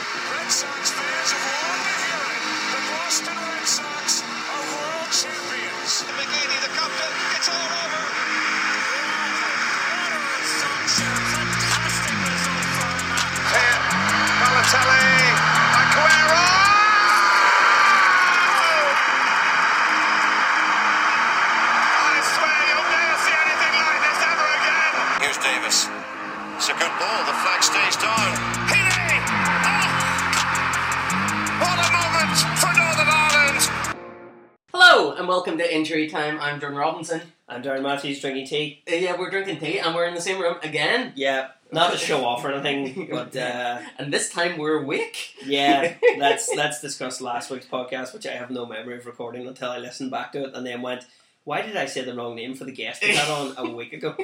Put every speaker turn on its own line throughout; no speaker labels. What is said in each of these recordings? Sox fans have long been hearing the Boston Red Sox are world champions.
McGeady, the captain. It's all over.
Pitt, Balotelli, Aguero! I swear you'll never see anything like this ever again.
Here's Davis. It's a good ball. The flag stays down. Heaney! Oh! What a moment for Northern Ireland.
Hello and welcome to Injury Time. I'm Jordan Robinson.
I'm Darren Matthews drinking tea.
Uh, yeah, we're drinking tea and we're in the same room again.
Yeah, not to show off or anything, but uh,
And this time we're awake.
yeah, let's let's discuss last week's podcast, which I have no memory of recording until I listened back to it and then went, "Why did I say the wrong name for the guest we had on a week ago?"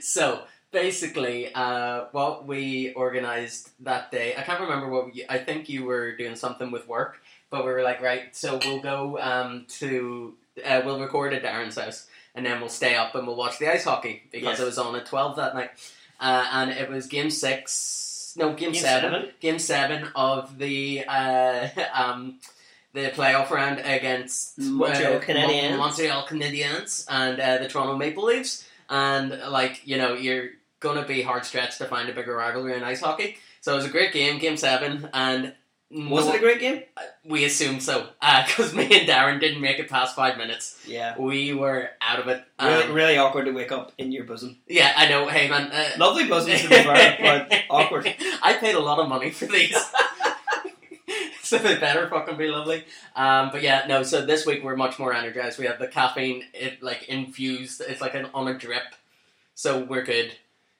So basically, uh, what we organised that day, I can't remember what. We, I think you were doing something with work, but we were like, right, so we'll go um, to uh, we'll record at Darren's house, and then we'll stay up and we'll watch the ice hockey because
Yes.
it was on at twelve that night, uh, and it was game six. No, game,
Game
seven.
seven?
Game seven of the uh, um, the playoff round against uh,
Montreal Canadiens.
Mon- Montreal Canadiens and uh, the Toronto Maple Leafs. And like you know, you're gonna be hard stretched to find a bigger rivalry in ice hockey. So it was a great game, game seven, and
Was
no-
it a great game?
we assumed so because me and Darren didn't make it past five minutes.
Yeah,
We were out of it.
really,
Um,
really awkward to wake up in your bosom.
Yeah, I know. Hey man, uh,
Lovely bosom to be fair, but awkward.
I paid a lot of money for these. So they better fucking be lovely, um, but yeah, no. So this week we're much more energized. We have the caffeine, it like infused. It's like an on a drip, so we're good.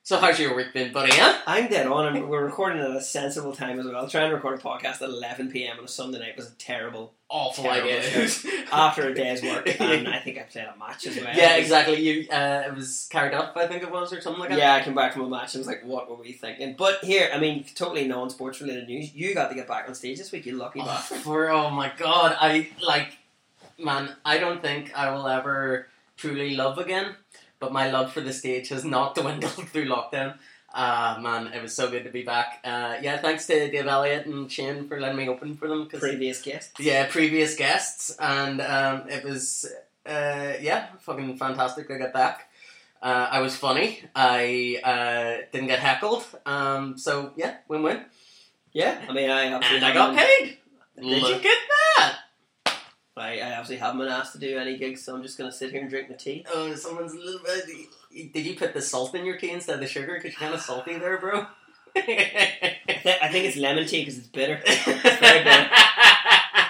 So how's your week been, buddy? Huh?
I'm dead on. and We're recording at a sensible time as well. Trying to record a podcast at 11 p.m. on a Sunday night was a terrible
Awful
Terrible
idea. Uh,
after a day's work, and I think I played a match as well.
yeah, exactly. You, uh, it was carried up, I think it was, or something like that.
Yeah, I came back from a match and was like, what were we thinking? But here, I mean, totally non sports related news. You got to get back on stage this week, you lucky
Oh,
bastard.
for oh my god, I like, man, I don't think I will ever truly love again. But my love for the stage has not dwindled through lockdown. Ah man, it was so good to be back. Uh, yeah, thanks to Dave Elliott and Shane for letting me open for them. 'cause-
Previous guest.
yeah, previous guests, and um, it was uh, yeah, fucking fantastic to get back. Uh, I was funny. I uh, didn't get heckled. Um, so yeah, win win.
Yeah, I mean, I absolutely
And I got
haven't-
paid.
Did
Look
you?
at that!
I, I absolutely haven't been asked to do any gigs, so I'm just going to sit here and drink my tea.
Oh, someone's a little bit. Did you put the salt in your tea instead of the sugar? Because you're kind of salty there, bro.
I, thi- I think it's lemon tea because it's bitter. very good.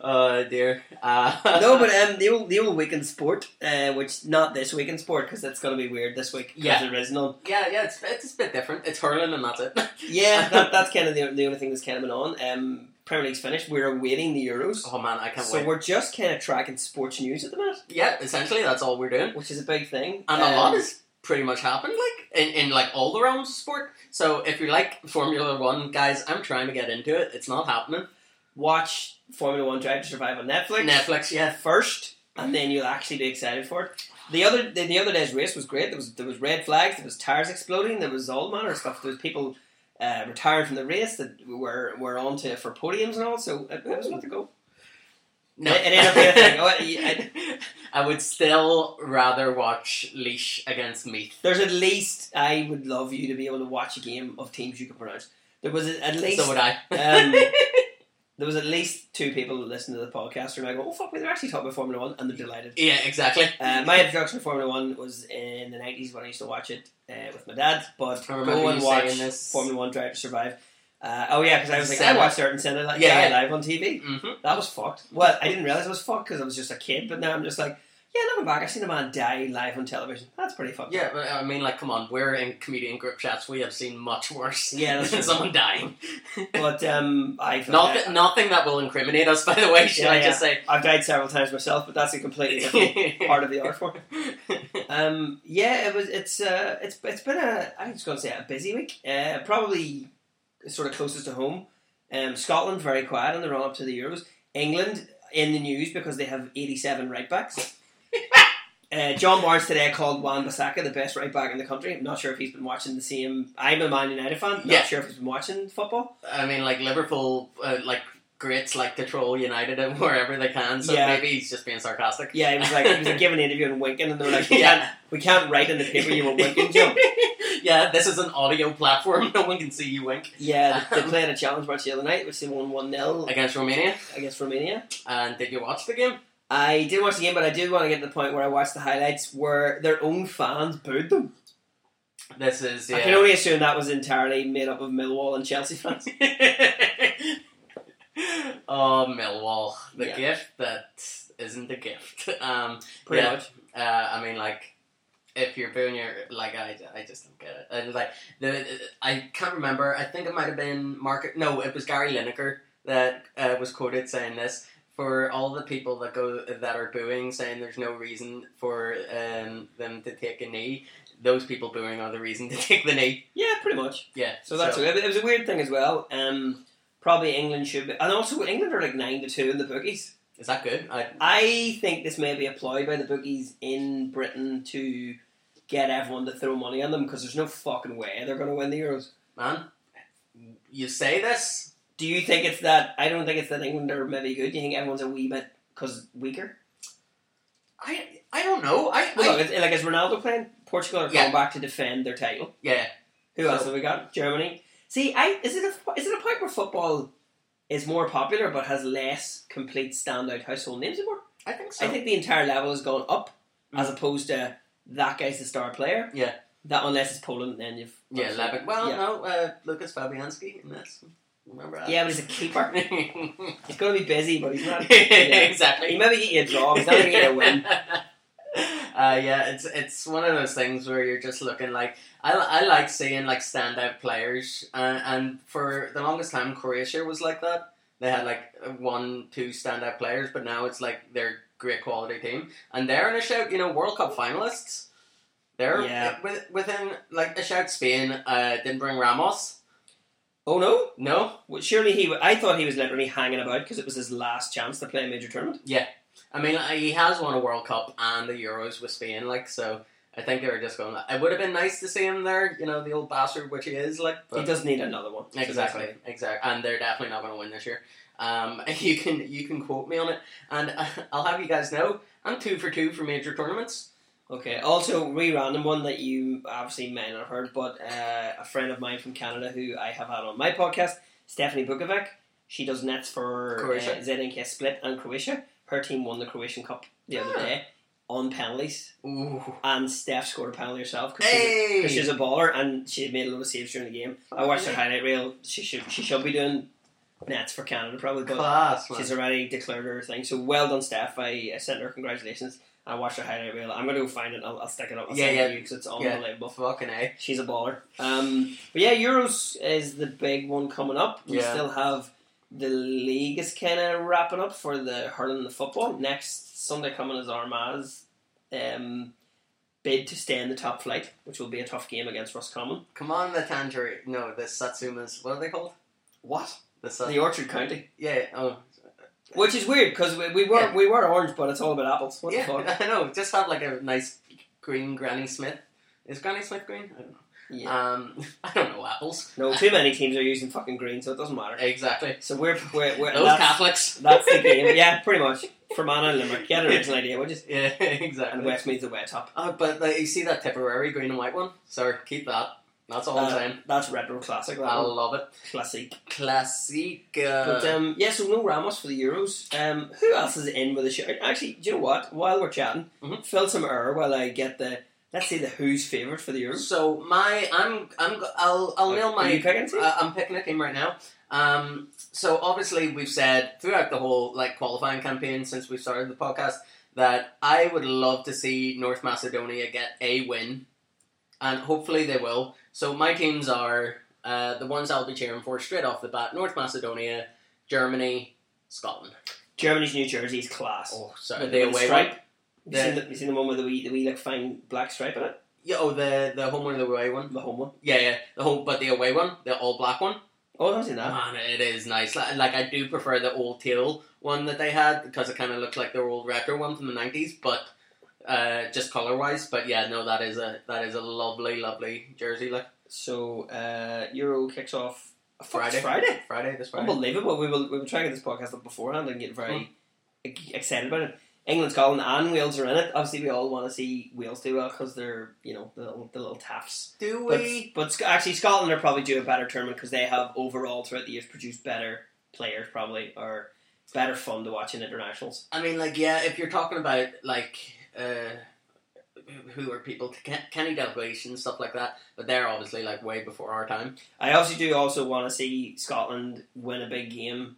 oh dear. Uh,
no, but um, the old, the old weekend sport, uh, which not this weekend sport because that's going to be weird this week 'cause
Yeah.
there is none.
yeah, yeah, it's, it's a bit different. It's hurling and that's it.
Yeah, that, that's kind of the, the only thing that's kind of been on. Um, Premier League's finished. We're awaiting the Euros.
Oh man, I can't
so
wait.
we're just kind of tracking sports news at the minute,
Yeah, essentially that's all we're doing,
which is a big thing.
and
Um,
a lot has pretty much happened, like in, in like all the realms of sport. So if you like Formula One, guys, I'm trying to get into it. It's not happening.
watch Formula One Drive to Survive on Netflix.
Netflix, yeah.
first, and then you'll actually be excited for it. The other the, the other day's race was great. There was there was red flags. There was tires exploding. There was all manner of stuff. There was people uh, retiring from the race that were were on to for podiums and all. So it, it was worth a go.
No,
It- it ended up being a thing. Oh, I-
I would still rather watch Leash against Meath.
There's at least I would love you to be able to watch a game of teams you can pronounce. There was at least
So would I.
um, there was at least two people that listened to the podcast and I go, oh fuck, they're actually talking about Formula One, and they're delighted.
yeah, exactly.
Uh, my introduction to Formula One was in the nineties when I used to watch it uh, with my dad. But
I remember
go and
you
watch
saying this.
Formula One Drive to Survive. Uh, oh yeah, because I was like,
Said
I watched it and said it like,
Yeah,
yeah,
yeah.
live on TV.
hmm
That was fucked. Well, I didn't realize it was fucked because I was just a kid. But now I'm just like, yeah, looking back, I've seen a man die live on television. That's pretty fucked.
Yeah, but I mean, like, come on, we're in comedian group chats. We have seen much worse
Yeah, that's
than
true.
someone dying.
But um, I
Not
I-
that, nothing that will incriminate us, by the way, should
Yeah,
I just say?
I've died several times myself, but that's a completely different part of the art form. Um, yeah, it was. It's uh, it's it's been a. I was going to say a busy week. Uh, probably sort of closest to home. Um, Scotland very quiet in the run up to the Euros. England in the news because they have eighty seven right backs. Uh, John Barnes today called Juan Bissaka the best right back in the country. I'm not sure if he's been watching the same. I'm a Man United fan. Not
Yeah.
sure if he's been watching football.
I mean, like Liverpool, uh, like greats like to troll United and wherever they can. So
Yeah.
maybe he's just being sarcastic.
Yeah, he was like he was like giving an interview and winking, and they were like, "We
Yeah.
can't, we can't write in the paper you were winking, John."
yeah, this is an audio platform. No one can see you wink
Yeah, they, they played a challenge match the other night, which they won one 0
against Romania.
against Romania.
And did you watch the game?
I did watch the game, but I do want to get to the point where I watched the highlights where their own fans booed them.
This is yeah.
I can only assume that was entirely made up of Millwall and Chelsea fans.
oh, Millwall, the
Yeah.
gift that isn't a gift. Um,
Pretty
Yeah.
much.
uh, I mean, like, if you're booing your like, I, I just don't get it. And like, the I can't remember. I think it might have been Market. No, it was Gary Lineker that uh, was quoted saying this. For all the people that go that are booing, saying there's no reason for um, them to take a knee, those people booing are the reason to take the knee.
Yeah, pretty much.
Yeah.
So that's okay. But it was a weird thing as well. Um, probably England should be, and also England are like nine to two in the bookies.
Is that good? I,
I think this may be applied by the bookies in Britain to get everyone to throw money on them because there's no fucking way they're going to win the Euros.
man, you say this?
Do you think it's that? I don't think it's that England are maybe good. Do you think everyone's a wee bit because weaker?
I I don't know. I,
Well,
I-
look, it's, like is Ronaldo playing? Portugal are going
Yeah.
back to defend their title.
yeah.
Who else have we got? Germany. See, I is it a is it a point where football is more popular but has less complete standout household names anymore?
I think so.
I think the entire level has gone up
Mm.
as opposed to that guy's the star player.
Yeah.
That unless it's Poland, then you've
yeah, Levick. Well,
yeah.
no, uh, Lucas Fabianski, and that's remember that.
Yeah, but he's a keeper. He's going to be busy, but he's not. Yeah. He
exactly.
maybe get you a draw. He's not going to get you a win.
Uh, yeah, it's it's one of those things where you're just looking like I, I like seeing like standout players, and, and for the longest time Croatia was like that. They had like one, two standout players, but now it's like they're great quality team, and they're in a shout. You know, World Cup finalists. They're
Yeah.
with, within like a shout. Spain uh, didn't bring Ramos.
Oh no!
No,
Well, surely he. w- I thought he was literally hanging about because it was his last chance to play a major tournament.
I mean, like, he has won a World Cup and the Euros with Spain, like, so I think they were just going, it would have been nice to see him there, you know, the old bastard, which he is, like,
he
but
does need another one.
exactly, exactly, and they're definitely not going to win this year. Um, you can you can quote me on it, and uh, I'll have you guys know I'm two for two for major tournaments.
Okay. Also, re random one that you obviously may not have heard, but uh, a friend of mine from Canada who I have had on my podcast, Stephanie Bukovic, she does nets for
Croatia.
Uh, ZNK Split and Croatia. Her team won the Croatian Cup the other
Ah.
day on penalties,
Ooh,
and Steph scored a penalty herself because
hey,
she's a baller and she made a lot of saves during the game. I watched her highlight reel. She should she should be doing nets for Canada probably, but
class, man.
She's already declared her thing. So well done, Steph. I, I sent her congratulations. I watched her highlight reel. I'm going to go find it. and I'll, I'll stick it up. I'll
Yeah,
send
yeah.
it to you because it's
Yeah.
unbelievable.
Fucking a.
She's a baller. Um, but yeah, Euros is the big one coming up. We
Yeah.
still have the league is kind of wrapping up for the hurling and the football. Next Sunday coming is Armagh's um, bid to stay in the top flight, which will be a tough game against Roscommon.
Come on, the tangerine. No, the satsumas. What are they called?
What?
The, sat-
The Orchard County.
yeah. Oh,
Which is weird because we, we were
Yeah.
we were orange, but it's all about apples. What
yeah,
the fuck?
I know. Just have like a nice green Granny Smith. Is Granny Smith green? I don't know.
Yeah.
Um, I don't know apples.
No, too many teams are using fucking green, so it doesn't matter.
Exactly.
So we're we're, we're
Those
that's,
Catholics.
that's the game. Yeah, pretty much. Fermanagh and Limerick. Yeah, the original idea. We're just
Yeah,
and
exactly.
West means the wet top.
Uh, but like, you see that Tipperary green and white one? Sir, keep that. That's all I'm
Uh,
saying.
That's retro classic. That
I
one.
love it.
classic.
Classic. uh,
But um, yeah, so no Ramos for the Euros. Um, who else is in with a shout? Actually, do you know what? While we're chatting,
Mhm.
fill some air while I get the let's see the who's favourite for the Euros.
so my, I'm, I'm, go- I'll, I'll nail
Are
my
you picking two?
Uh, I'm picking a team right now. Um, so obviously we've said throughout the whole like qualifying campaign since we started the podcast that I would love to see North Macedonia get a win, and hopefully they will. So my teams are uh, the ones I'll be cheering for straight off the bat: North Macedonia, Germany, Scotland.
Germany's New Jersey's class.
Oh, sorry,
With
the
wee
away
stripe.
one.
You seen, the, you seen the one with the wee, the wee like fine black stripe in it?
Yeah, oh, the the home one, the away one.
The home one.
Yeah, yeah, the home, but the away one, the all black one.
Oh, I haven't seen that.
Man, it is nice. Like, like, I do prefer the old teal one that they had because it kind of looked like their old retro one from the nineties. But uh, just color wise. But yeah, no, that is a that is a lovely, lovely jersey. Like
So uh, Euro kicks off oh, fuck, it's
Friday.
Friday.
Friday this Friday.
Unbelievable. We will we will try to get this podcast up beforehand and get very e- excited about it. England, Scotland, and Wales are in it. Obviously, we all want to see Wales do well because they're you know the little, the little taps.
Do
But,
we?
but Sc- actually, Scotland are probably doing a better tournament because they have overall throughout the years produced better players, probably or better fun to watch in internationals.
I mean, like yeah, if you're talking about like. Uh, who are people? Ken- Kenny Dalglish and stuff like that, but they're obviously like way before our time.
I obviously do also want to see Scotland win a big game.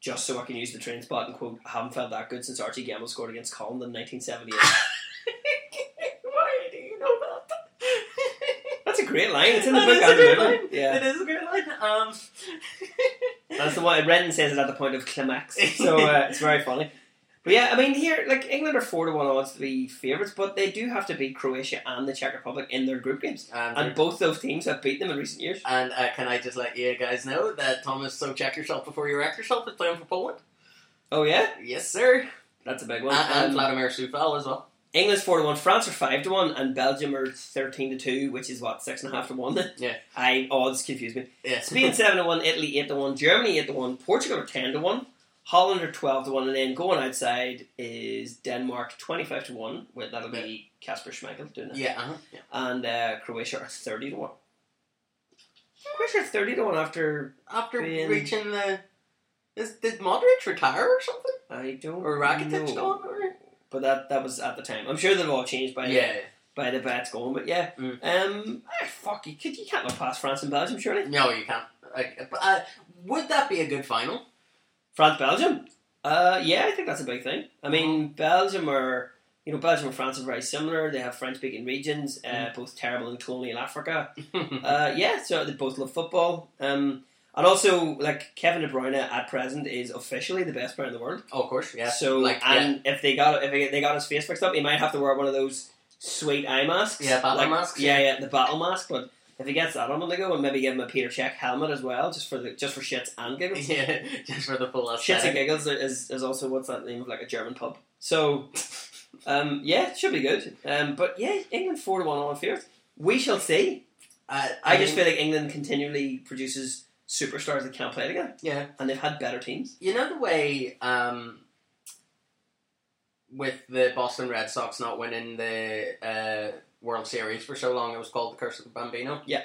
Just so I can use the train spot and quote, I haven't felt that good since Archie Gamble scored against Colin in 1978.
Why do you know that?
That's a great line. It's in the
That
book.
is
I
a great
remember.
line.
Yeah.
It is a great line. Um,
That's the one. Renton says it at the point of climax, so uh, it's very funny. But yeah, I mean, here like England are four to one odds to be favourites, but they do have to beat Croatia and the Czech Republic in their group games,
and,
and both those teams have beat them in recent years.
and, uh, can I just let you guys know that Thomas, so check yourself before you wreck yourself, is playing for Poland.
Oh yeah,
Yes, sir.
that's a big one.
and, and
Um,
Vladimir Sufal as well.
England's four to one, France are five to one, and Belgium are thirteen to two, which is what six and a half to one.
Yeah.
I odds confuse me.
Yeah.
Spain seven to one, Italy eight to one, Germany eight to one, Portugal are ten to one, Holland are twelve to one, and then going outside is Denmark twenty five to one. Well, that'll be Casper Schmeichel doing that,
Yeah, uh-huh. yeah.
and uh, Croatia are thirty to one. Croatia are thirty to one after
After
Spain.
reaching the. Is, did Modric retire or something?
I don't
Or Rakitic
know.
gone? Or?
but that that was at the time. I'm sure they've all changed by
Yeah.
by the bets going, but yeah,
Mm.
um, ah, fuck you, could you can't look past France and Belgium surely?
No, you can't. Like, but, uh, would that be a good final?
France Belgium. Uh, yeah, I think that's a big thing. I mean, Belgium are you know Belgium and France are very similar. They have French speaking regions, uh, both terrible in colonial
Mm-hmm.
Africa. Uh, yeah, so they both love football. Um, and also like Kevin De Bruyne at present is officially the best player in the world.
oh, of course, yeah.
So
like, yeah.
and if they got if they got his face fixed up, he might have to wear one of those sweet eye masks.
Yeah, battle
like,
masks,
Yeah, yeah, the battle mask. But if he gets that on the go, and maybe give him a Peter Check helmet as well, just for the just for shits and giggles.
yeah, just for the full
Shits and
aesthetic.
Giggles is, is also what's that name of like a German pub. So, um, yeah, it should be good. Um, but yeah, England four to one on fierce. We shall see.
Uh,
I just
mean,
feel like England continually produces superstars that can't play together,
Yeah.
and they've had better teams.
You know the way um, with the Boston Red Sox not winning the uh, World Series for so long, it was called the Curse of the Bambino.
Yeah.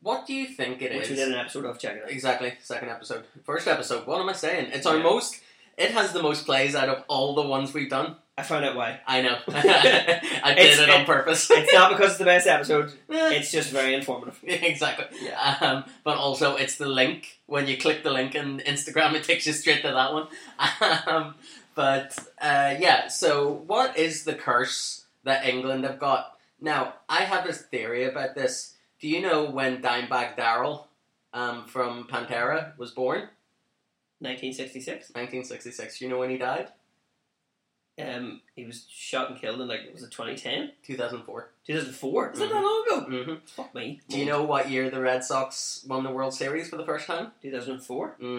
What do you think it is?
which we did an episode of. Check it out.
Exactly. Second episode. First episode. What am I saying? It's our
Yeah.
most. It has the most plays out of all the ones we've done.
I found out why.
I know. I did
It's-
it on
it-
purpose.
It's not because it's the best episode. It's just very informative.
exactly. Um, but also, it's the link. When you click the link in Instagram, it takes you straight to that one. Um, but uh, yeah, so what is the curse that England have got? Now, I have a theory about this. Do you know when Dimebag Darrell um, from Pantera was born?
1966.
1966. You know when he died?
Um, he was shot and killed in like was it 2010,
2004.
2004? Is that
Mhm.
that long ago?
hmm
Fuck me.
Do you know what year the Red Sox won the World Series for the first time?
2004?
hmm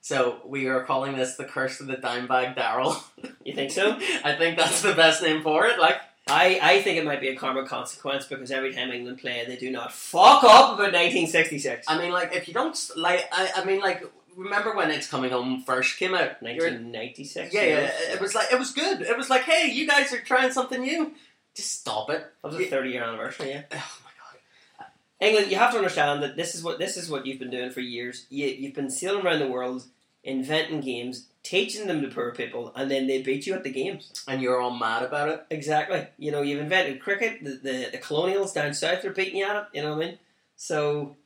So we are calling this the curse of the Dimebag Daryl.
You think so?
I think that's the best name for it. Like,
I, I think it might be a karma consequence because every time England play, they do not fuck up about 1966.
I mean, like if you don't s- like, I, I mean, like remember when it's coming home first came out? You're-
1996.
yeah, uh,
you know?
yeah. It was like it was good. It was like, hey, you guys are trying something new. Just stop it.
That was a 30 year anniversary. Yeah.
Oh my god.
England, you have to understand that this is what this is what you've been doing for years. You, you've been sailing around the world, inventing games, teaching them to poor people, and then they beat you at the games.
And you're all mad about it.
Exactly. You know, you've invented cricket. The the, the colonials down south are beating you at it. You know what I mean? So.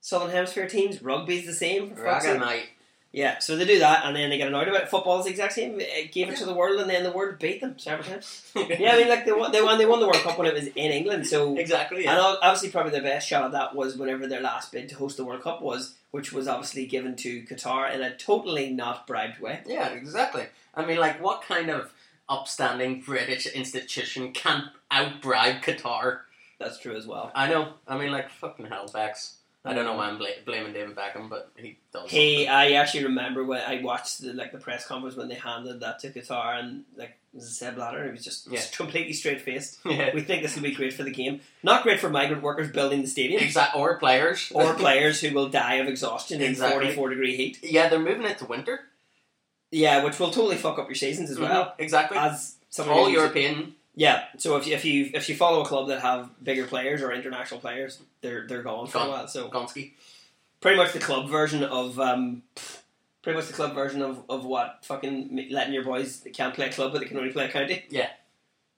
Southern Hemisphere teams, rugby's the same. For fuck's sake.
Friggin' night.
Yeah, so they do that, and then they get annoyed about it. Football's the exact same. It gave it to the world, and then the world beat them several times. Yeah, I mean, like they won, they won, they won the World Cup when it was in England. So,
exactly.
and
Yeah.
ob- obviously, probably their best shot at that was whenever their last bid to host the World Cup was, which was obviously given to Qatar in a totally not bribed way.
yeah, exactly. I mean, like, what kind of upstanding British institution can't outbribe Qatar?
That's true as well.
I know. I mean, like fucking hell, Bex. I
Mm.
don't know why I'm bla- blaming David Beckham, but he does.
Hey, I actually remember when I watched the like the press conference when they handed that to Qatar, and like This is Seb Blatter. He was just,
Yeah.
just completely straight faced.
Yeah.
We think this will be great for the game. Not great for migrant workers building the stadium
Exact or players
or players who will die of exhaustion in
Exactly.
44 degree heat.
Yeah, they're moving it to winter
Yeah, which will totally fuck up your seasons as well.
Mhm, Exactly.
As some of
All
your-
European.
Yeah, so if you, if you if you follow a club that have bigger players or international players, they're they're gone for
Gone.
a while. So
Gonski.
pretty much the club version of um, pretty much the club version of, of what fucking letting your boys they can't play club but they can only play county.
Yeah.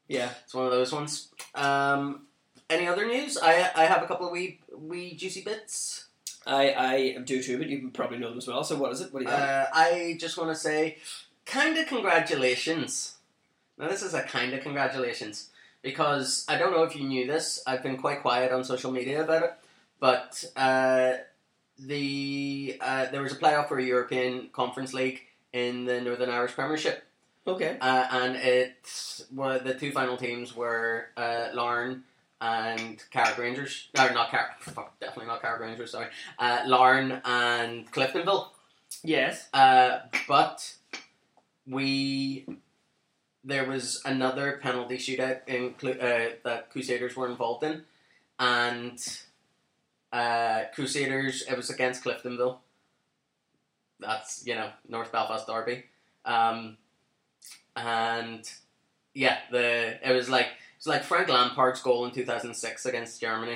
yeah.
It's one of those ones. Um, any other news? I I have a couple of wee wee juicy bits.
I I do too, but you probably know them as well. So what is it? What do you think?
Uh, I just want to say, kind of congratulations. Now, this is a kind of congratulations because I don't know if you knew this. I've been quite quiet on social media about it, but uh, the uh, there was a playoff for a European Conference League in the Northern Irish Premiership,
Okay.
uh, and it well, the two final teams were uh, Larne and Carrick Rangers. No, not Carrick. Fuck, definitely not Carrick Rangers. Sorry, uh, Larne and Cliftonville.
Yes.
Uh, but we there was another penalty shootout in, Clu- uh, that Crusaders were involved in, and uh, Crusaders it was against Cliftonville. That's you know North Belfast Derby, um, and yeah, the it was like it was like Frank Lampard's goal in two thousand six against Germany,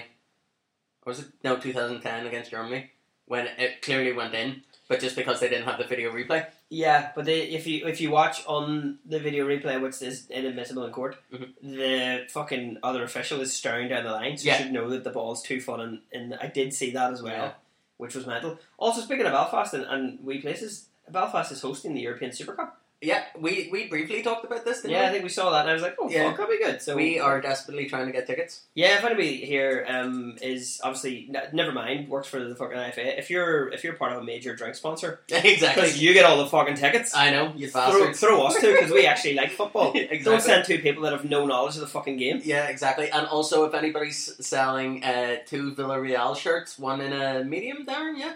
or was it no two thousand ten against Germany when it clearly went in but just because they didn't have the video replay.
Yeah, but they, if you if you watch on the video replay, which is inadmissible in court,
Mhm.
the fucking other official is staring down the line, so
Yeah.
you should know that the ball's too fun. And, and I did see that as well,
Yeah.
which was mental. Also, speaking of Belfast and, and wee places, Belfast is hosting the European Super Cup.
Yeah, we, we briefly talked about this, didn't
Yeah, I
we?
think we saw that, and I was like, oh,
Yeah.
fuck, that'll be good. So
we are desperately trying to get tickets.
Yeah, if anybody here um, is obviously n- never mind works for the fucking IFA, if you're if you're part of a major drink sponsor, because
exactly.
you get all the fucking tickets.
I know, Ah, you
Throw,
bastards.
throw us too, because we actually like football. Don't
exactly.
send two people that have no knowledge of the fucking game.
Yeah, exactly. And also, if anybody's selling uh, two Villarreal shirts, one in a medium, Darren, yeah?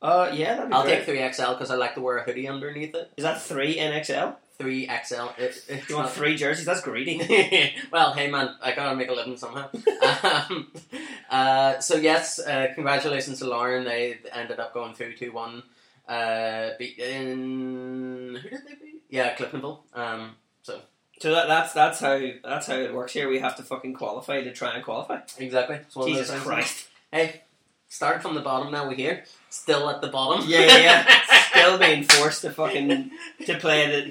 Uh, yeah, that'd be
I'll
great.
take 3XL because I like to wear a hoodie underneath it.
Is that three NXL?
3XL. It, it's
You want
not-
three jerseys? That's greedy.
well, hey man, I gotta make a living somehow. um, uh, so yes, uh, congratulations to Lauren. They ended up going through two one. Uh, beat in who did they beat? Yeah, Cliftonville. Um,
so that, that's that's how that's how it works here. We have to fucking qualify to try and qualify.
exactly. It's one of those
Jesus
things.
Christ!
Hey, start from the bottom. Now we're here, still at the bottom.
Yeah, yeah. Still being forced to fucking to play the,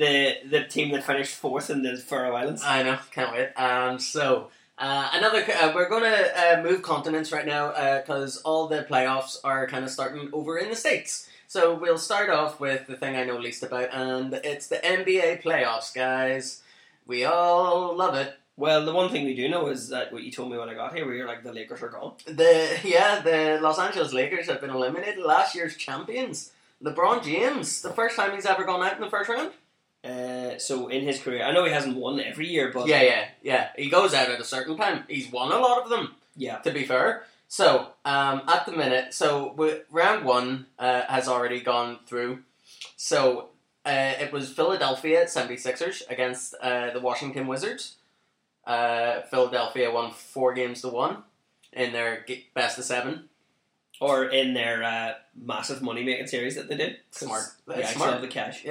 the, the team that finished fourth in the Faroe Islands.
I know, can't wait. Um, so uh, another, c- uh, we're gonna uh, move continents right now because all the playoffs are kind of starting over in the states. So we'll start off with the thing I know least about, and it's the NBA playoffs, guys. We all love it.
Well, the one thing we do know is that what you told me when I got here, where you're like the Lakers are gone.
The yeah, the Los Angeles Lakers have been eliminated. Last year's champions, LeBron James, the first time he's ever gone out in the first round.
Uh, so in his career, I know he hasn't won every year, but
Yeah, yeah, yeah. He goes out at a certain time. He's won a lot of them.
yeah,
to be fair. So, um, at the minute, so we- round one uh, has already gone through. So, uh, it was Philadelphia 76ers against uh, the Washington Wizards. Uh, Philadelphia won four games to one in their g- best of seven.
or in their uh, massive money making series that they did. 'Cause-
Smart.
yeah,
That's
I
smart.
love the cash.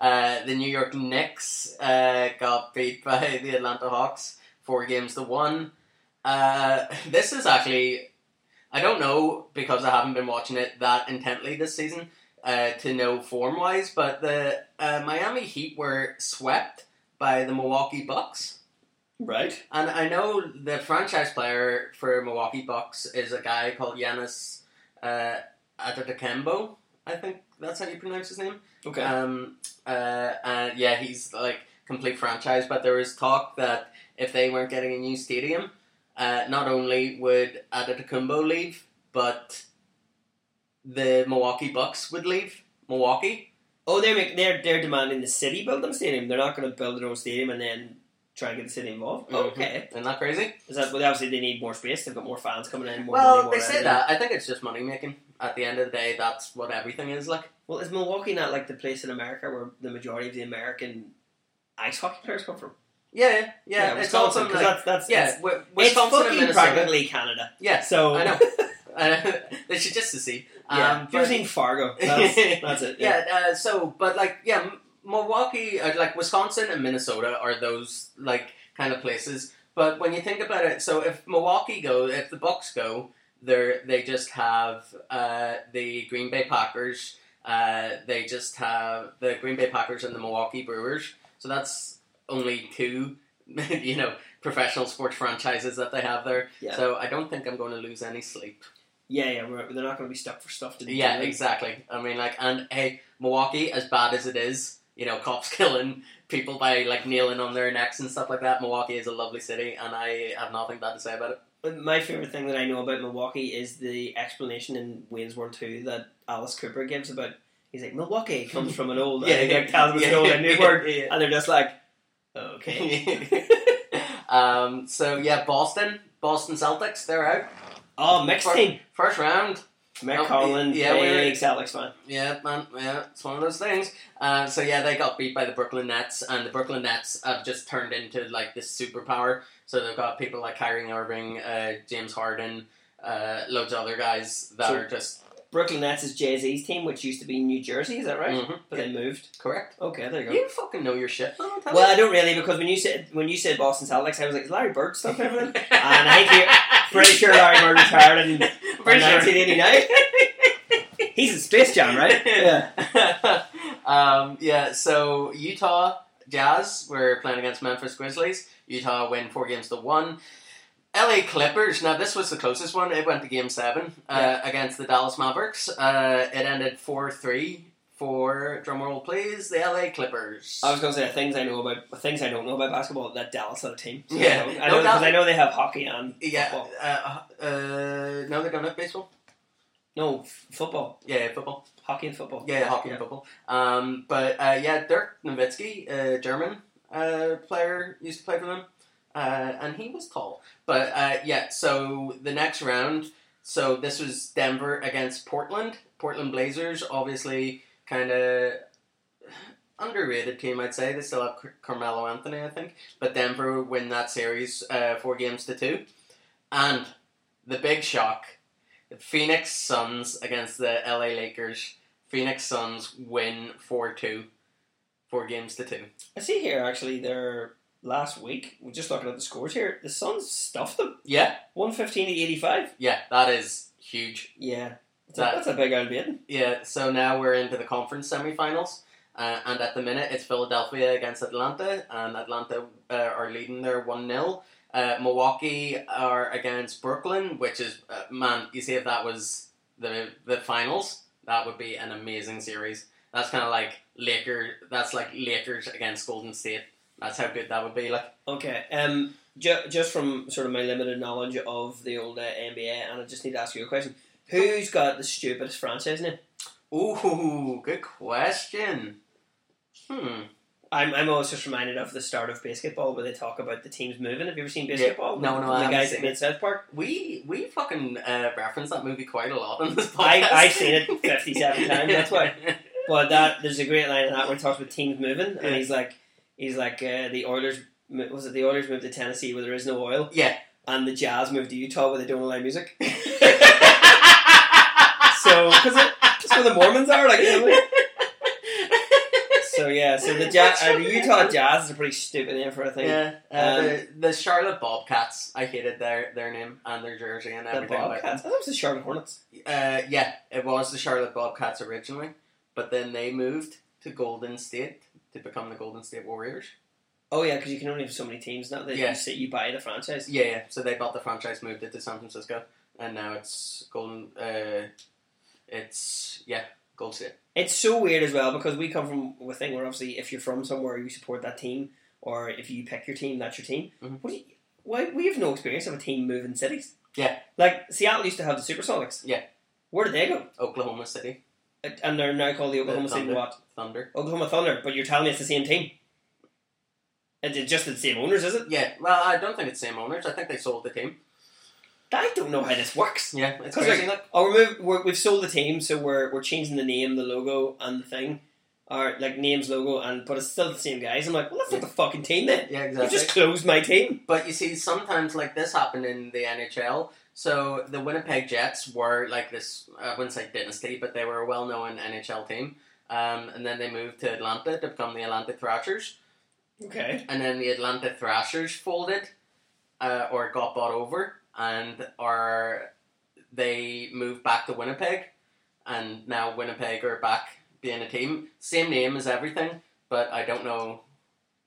Uh, the New York Knicks uh, got beat by the Atlanta Hawks four games to one. Uh, this is actually, I don't know because I haven't been watching it that intently this season uh, to know form wise, but the uh, Miami Heat were swept by the Milwaukee Bucks.
Right.
And I know the franchise player for Milwaukee Bucks is a guy called Giannis uh, Antetokounmpo. I think that's how you pronounce his name.
Okay.
Um, uh, and yeah, he's like complete franchise. But there was talk that if they weren't getting a new stadium, uh, not only would Adetokumbo leave, but the Milwaukee Bucks would leave Milwaukee.
oh, they're make, they're they're demanding the city build them stadium. They're not going to build their own stadium and then try and get the city involved. Okay.
isn't that crazy?
Is that well? Obviously, they need more space. They've got more fans coming in. More money,
well,
more
they say
revenue.
that. I think it's just money making. At the end of the day, that's what everything is like.
Well, is Milwaukee not like the place in America where the majority of the American ice hockey players come from?
Yeah, yeah, yeah. it's all
Wisconsin,
something
'cause
like
that's, that's,
yeah,
it's,
Wi-
it's
Wisconsin and
fucking
Minnesota.
practically Canada.
Yeah,
So
I know. Uh, they should just to see.
Yeah,
Um,
if
but-
you've seen Fargo. That's, that's it. Yeah.
yeah. uh, so, but like, yeah, M- Milwaukee, uh, like Wisconsin and Minnesota are those like kind of places. But when you think about it, so if Milwaukee go, if the Bucks go, they they just have uh, the Green Bay Packers. Uh, they just have the Green Bay Packers and the Milwaukee Brewers. So that's only two, you know, professional sports franchises that they have there.
Yeah.
So I don't think I'm going to lose any sleep.
yeah, yeah, we're, they're not going to be stuck for stuff to do.
Yeah, exactly. I mean, like, and hey, Milwaukee, as bad as it is, you know, cops killing people by like kneeling on their necks and stuff like that. Milwaukee is a lovely city, and I have nothing bad to say about it.
But My favorite thing that I know about Milwaukee is the explanation in Wayne's World Two that Alice Cooper gives about. He's like Milwaukee comes from an old.
Yeah,
and he, like,
yeah,
tells them it's an
yeah,
old Indian
yeah,
word,
yeah.
and they're just like, okay.
um. So yeah, Boston, Boston Celtics, they're out
oh, mixed
Or-
team.
first round.
Mick
Oh,
Collin,
yeah,
yeah,
we were-
big Celtics fan.
Yeah, man. Yeah, it's one of those things. Uh, so yeah, they got beat by the Brooklyn Nets, and the Brooklyn Nets have just turned into like this superpower. So they've got people like Kyrie Irving, uh, James Harden, uh, loads of other guys that
So-
are just
Brooklyn Nets is Jay Z's team, which used to be New Jersey, is that right?
Mhm.
But they moved.
correct.
Okay, there you go.
You fucking know your shit. Well,
Well, I don't really because when you said when you said Boston Celtics, I was like, is Larry Bird still playing for them? And I hear- Pretty sure Larry Bird retired in
Pretty sure.
1989. He's in Space Jam, right? Yeah.
um, yeah, so Utah Jazz were playing against Memphis Grizzlies. Utah win four games to one. LA Clippers, now this was the closest one. It went to game seven uh, against the Dallas Mavericks. Uh, it ended 4 3 for, drumroll please, the LA Clippers.
I was gonna say things I know about things I don't know about basketball. That Dallas had a team. So
Yeah. No
I know- I know because
doubt.
I know they have hockey and
yeah,
football.
uh, uh, no, they don't have baseball.
No f- football,
Yeah, football.
hockey and football.
Yeah, yeah, hockey and football. Um, but uh, yeah, Dirk Nowitzki, a German uh, player, used to play for them, uh, and he was tall. But uh, yeah, so the next round, so this was Denver against Portland. Portland Blazers, obviously, kind of underrated team, I'd say. They still have Car- Carmelo Anthony, I think. But Denver win that series uh, four games to two. And the big shock the Phoenix Suns against the LA Lakers. Phoenix Suns win 4 2. Four games to two.
I see here actually their last week. We're just looking at the scores here. The Suns stuffed them
Yeah,
one fifteen to eighty five.
yeah, that is huge.
Yeah, that's,
That-
a, that's a big old beating.
Yeah, so now we're into the conference semifinals. Uh, and at the minute, it's Philadelphia against Atlanta, and Atlanta uh, are leading there 1 0. Uh, Milwaukee are against Brooklyn, which is, uh, man, you see, if that was the, the finals, that would be an amazing series. That's kind of like Laker. That's like Lakers against Golden State. That's how good that would be. Like,
Okay, um, ju- just from sort of my limited knowledge of the old uh, NBA, and I just need to ask you a question: Who's got the stupidest franchise name?
ooh, good question. Hmm.
I'm, I'm always just reminded of the start of basketball where they talk about the teams moving. Have you ever seen basketball?
No, no,
the
I haven't
guys
seen
that made South Park.
We we fucking uh, reference that movie quite a lot on this podcast.
I- I've seen it 57 times, that's why. But that there's a great line in that where it talks about teams moving,
Yeah.
and he's like, he's like uh, the Oilers. mo- Was it the Oilers moved to Tennessee where there is no oil,
Yeah.
and the Jazz moved to Utah where they don't allow music?
so
So because that's where the Mormons are, like. You know, so yeah, so the ja- uh, the Utah Jazz is a pretty stupid name for a thing.
yeah, uh,
Um,
the, the Charlotte Bobcats. I hated their their name and their jersey and
The
everything. about them.
Bobcats. I thought it was the Charlotte Hornets.
Uh, yeah, it was the Charlotte Bobcats originally, but then they moved to Golden State to become the Golden State Warriors.
Oh yeah, because you can only have so many teams now that
Yeah.
you sit, you buy the franchise.
Yeah, yeah. So they bought the franchise, moved it to San Francisco, and now it's Golden. Uh, it's yeah, Gold State.
It's so weird as well because we come from a thing where obviously if you're from somewhere you support that team or if you pick your team that's your team.
Mhm.
What do you, why we have no experience of a team moving cities.
Yeah.
like Seattle used to have the Supersonics.
Yeah.
where did they go?
Oklahoma City
And they're now called the Oklahoma City
Thunder.
what?
Thunder.
Oklahoma Thunder. But you're telling me it's the same team. It's just the same owners, is it?
Yeah, well, I don't think it's same owners. I think they sold the team.
I don't know how this works.
Yeah, it's
'Cause,
crazy.
Oh, we're, move, we're we've sold the team, so we're we're changing the name, the logo, and the thing. or like names, logo, and but it's still the same guys. I'm like, well, that's not the fucking team then.
Yeah,
You
exactly.
just closed my team.
But you see, sometimes like this happened in the NHL. So the Winnipeg Jets were like this, I wouldn't say dynasty, but they were a well known NHL team. Um, and then they moved to Atlanta to become the Atlanta Thrashers.
Okay.
And then the Atlanta Thrashers folded uh, or got bought over and are they moved back to Winnipeg. And now Winnipeg are back being a team. Same name as everything, but I don't know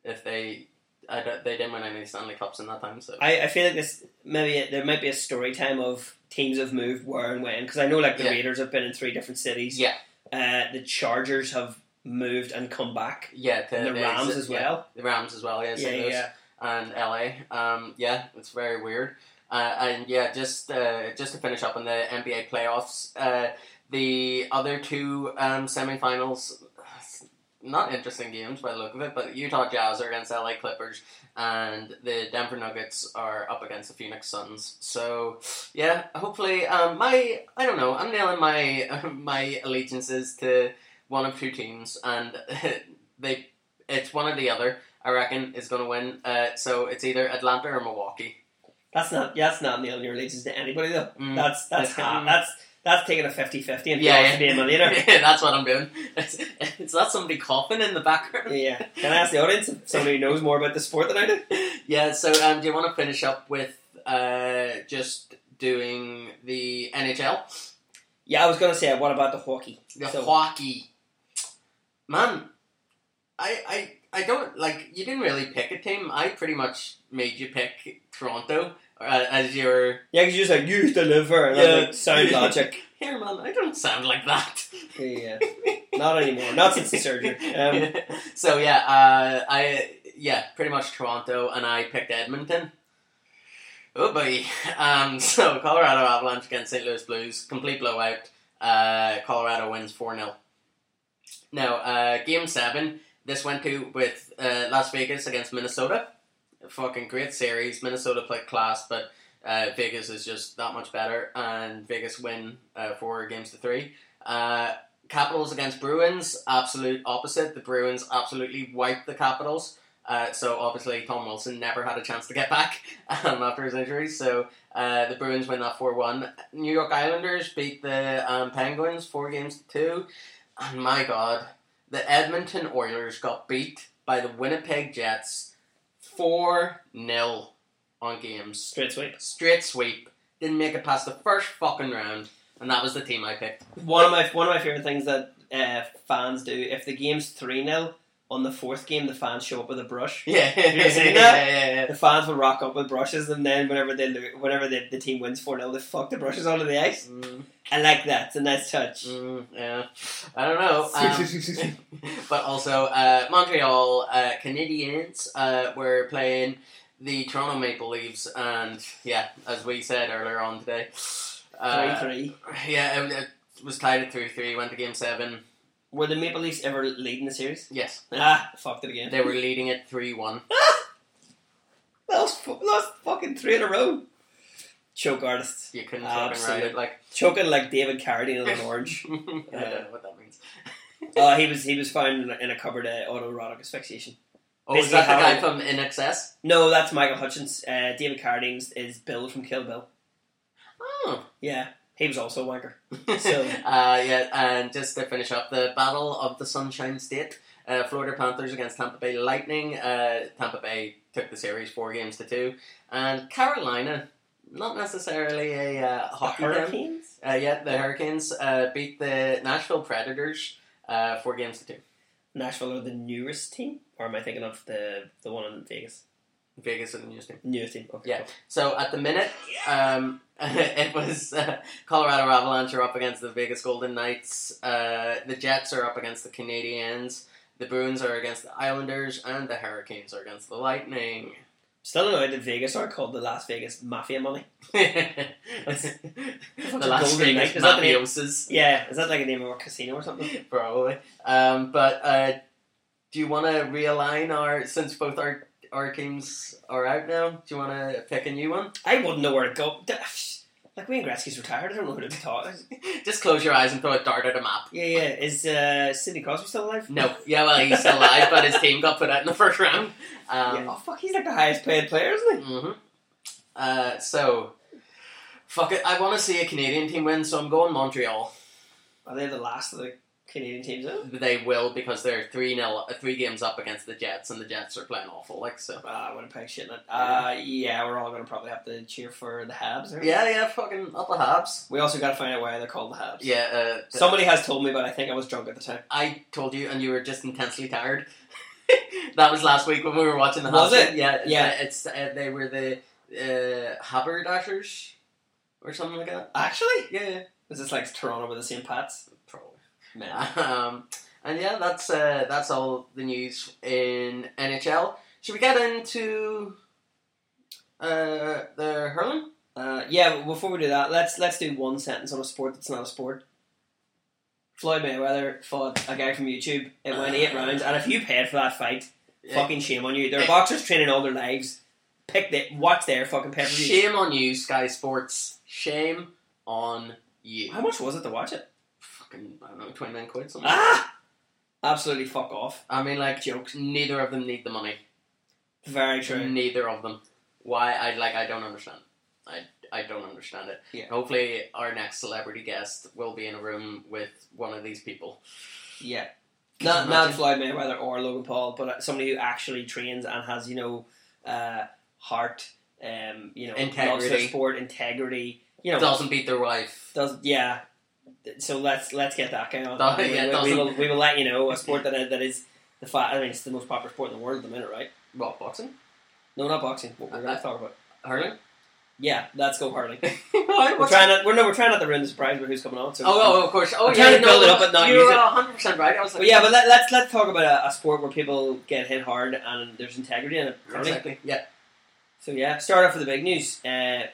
if they. I don't, they didn't win any Stanley Cups in that time, so.
I, I feel like this maybe there might be a story time of teams have moved where and when because I know like the
Yeah.
Raiders have been in three different cities.
Yeah.
Uh, the Chargers have moved and come back.
Yeah, to,
and the
yeah,
Rams
it's-
as
yeah,
well.
the Rams as well. Yeah,
Yeah,
St. Louis
yeah.
and LA. Um, yeah, it's very weird. Uh, and yeah, just uh, just to finish up on the NBA playoffs, uh, the other two um, semifinals, not interesting games by the look of it, but Utah Jazz are against LA Clippers, and the Denver Nuggets are up against the Phoenix Suns. So yeah, hopefully, um, my I don't know, I'm nailing my my allegiances to one of two teams, and they it's one or the other. I reckon is going to win. Uh, so it's either Atlanta or Milwaukee.
That's not yeah, that's not nailing your allegiance to anybody though.
Mm.
That's that's
Mm.
half, that's that's taking a 50-50 and
Yeah,
yeah,
yeah.
to be a millionaire.
Yeah, that's what I'm doing. Is that somebody coughing in the background?
yeah. Can I ask the audience if somebody knows more about the sport than I do?
Yeah. So um, do you want to finish up with uh, just doing the NHL,
Yeah, I was gonna say what about the hockey?
the
So-
hockey? Man, I I I don't like. You didn't really pick a team. I pretty much made you pick Toronto uh, as your.
Yeah, because you're just like you deliver and I was
Yeah.
like, sound logic.
Here, man, I don't sound like that.
yeah. Not anymore. Not since the surgery. Um,
so yeah, uh, I yeah, pretty much Toronto, and I picked Edmonton. Oh boy! Um, so Colorado Avalanche against St. Louis Blues, complete blowout. Uh, Colorado wins four 0 Now, uh, game seven. This went to with uh, Las Vegas against Minnesota. Fucking great series. Minnesota played class, but uh, Vegas is just that much better, and Vegas win uh, four games to three. Uh, Capitals against Bruins, absolute opposite. The Bruins absolutely wiped the Capitals. Uh, so obviously Tom Wilson never had a chance to get back um, after his injury. So uh, the Bruins win that four one. New York Islanders beat the um, Penguins four games to two. And my God, the Edmonton Oilers got beat by the Winnipeg Jets four 0 on games.
straight sweep.
Straight sweep. Didn't make it past the first fucking round, and that was the team I picked.
One of my one of my favorite things that uh, fans do if the game's three 0 on the fourth game, the fans show up with a brush.
Yeah, yeah,
seen
yeah, yeah, yeah.
The fans will rock up with brushes, and then whenever they lo- whenever the, the team wins four 0 they fuck the brushes onto the ice.
Mm,
I like that. It's a nice touch. Oh,
mm, yeah. I don't know. Um, but also, uh, Montreal uh, Canadiens uh, were playing the Toronto Maple Leaves, and yeah, as we said earlier on today, uh,
three three.
yeah, it, it was tied at three three. Went to game seven.
Were the Maple Leafs ever leading the series?
Yes,
Ah, fucked it again.
they were leading it three one.
lost, fu- lost fucking three in a row. Choke artists.
You couldn't fucking write it like
Choking like David Carradine on an orange.
I don't know what that means.
Uh, he was he was found in a- in a cupboard uh, autoerotic asphyxiation.
Oh, is
Basically
that the guy
how-
from In Excess?
No, that's Michael Hutchins. Uh, David Carradine is- is Bill from Kill Bill.
Oh,
Yeah, he was also a wanker.
So, uh, yeah, and just to finish up, the Battle of the Sunshine State, uh, Florida Panthers against Tampa Bay Lightning. Uh, Tampa Bay took the series four games to two, and Carolina, not necessarily a uh, hockey team.
Hurricanes.
Uh, yeah, the Hurricanes uh, beat the Nashville Predators uh, four games to two.
Nashville are the newest team, or am I thinking of the the one in Vegas?
Vegas are the news team.
Newest team. Okay.
Yeah. So at the minute, um, it was uh, Colorado Avalanche are up against the Vegas Golden Knights. Uh, the Jets are up against the Canadiens. The Bruins are against the Islanders, and the Hurricanes are against the Lightning.
Still annoyed that Vegas are called the Las Vegas Mafia Money.
the Las
Golden
Vegas
Knight, is that the name?
Mafiosas,
Yeah, is that like a name of a casino or something?
probably. Um, but uh, do you want to realign our since both our our teams are out now? Do you want to pick a new one?
I wouldn't know where to go. Like Wayne Gretzky's retired. I don't know who to talk.
Just close your eyes and throw a dart at a map.
Yeah, yeah. Is uh, Sidney Crosby still alive?
No, yeah, well, he's still alive, but his team got put out in the first round.
yeah. Oh
Um,
fuck, he's like the highest paid player, isn't he?
mhm. uh, so, fuck it. I want to see a Canadian team win, so I'm going Montreal.
Are they the last of the Canadian teams out?
They will because they're three nil, uh, three games up against the Jets, and the Jets are playing awful. Like so.
Ah, Winnipeg shit. Uh, yeah, we're all gonna probably have to cheer for the Habs. aren't we?
Yeah, yeah, fucking up the Habs.
We also gotta find out why they're called the Habs.
Yeah. Uh,
Somebody has told me, but I think I was drunk at the time.
I told you, and you were just intensely tired. that was last week when we were watching the
Was
Habs.
it?
Yeah,
Yeah.
uh, It's uh, they were the uh, Haberdashers or something like that.
Actually,
Yeah, yeah,
is this like Toronto with the same Pats?
probably.
Man,
Um, and yeah, that's uh, that's all the news in NHL. Should we get into uh, the hurling?
uh, yeah. But before we do that, let's let's do one sentence on a sport that's not a sport. Floyd Mayweather fought a guy from YouTube. It went eight rounds, and if you paid for that fight, fucking shame on you. There are boxers training all their lives. Pick the watch their fucking pay per view.
Shame on you, Sky Sports. Shame on you.
How much was it to watch it?
Fucking I don't know, twenty nine quid something.
Ah, absolutely fuck off.
I mean, like
Jokes.
Neither of them need the money.
Very true.
Neither of them. Why? I like. I don't understand. I I don't understand it.
Yeah.
Hopefully, our next celebrity guest will be in a room with one of these people.
Yeah.
Could
Not
you
not
imagine?
Floyd Mayweather or Logan Paul, but uh, somebody who actually trains and has you know uh, heart, um, you know, loves their
Integrity.
sport integrity. You know,
Doesn't beat their wife.
does- yeah. So let's let's get that guy on.
Does-
we,
yeah,
we- we
doesn't-
will we will let you know a sport that that is the fa- I mean it's the most popular sport in the world at the minute, right?
What boxing?
No, not boxing. What we're going
Uh,
to talk about.
Hurling?
Yeah, let's go hurling.
Why?
We're
What's-
trying not. We're no. We're trying not to ruin the surprise about who's coming on. So
Oh, oh, of course. Oh,
I'm
yeah.
trying to
no,
build it up, but not use
You're
it.
hundred percent right. I was like,
But yeah, but let, let's let's talk about a, a sport where people get hit hard and there's integrity in it. Hurling.
exactly. Yeah.
So yeah, start off with the big news. Uh,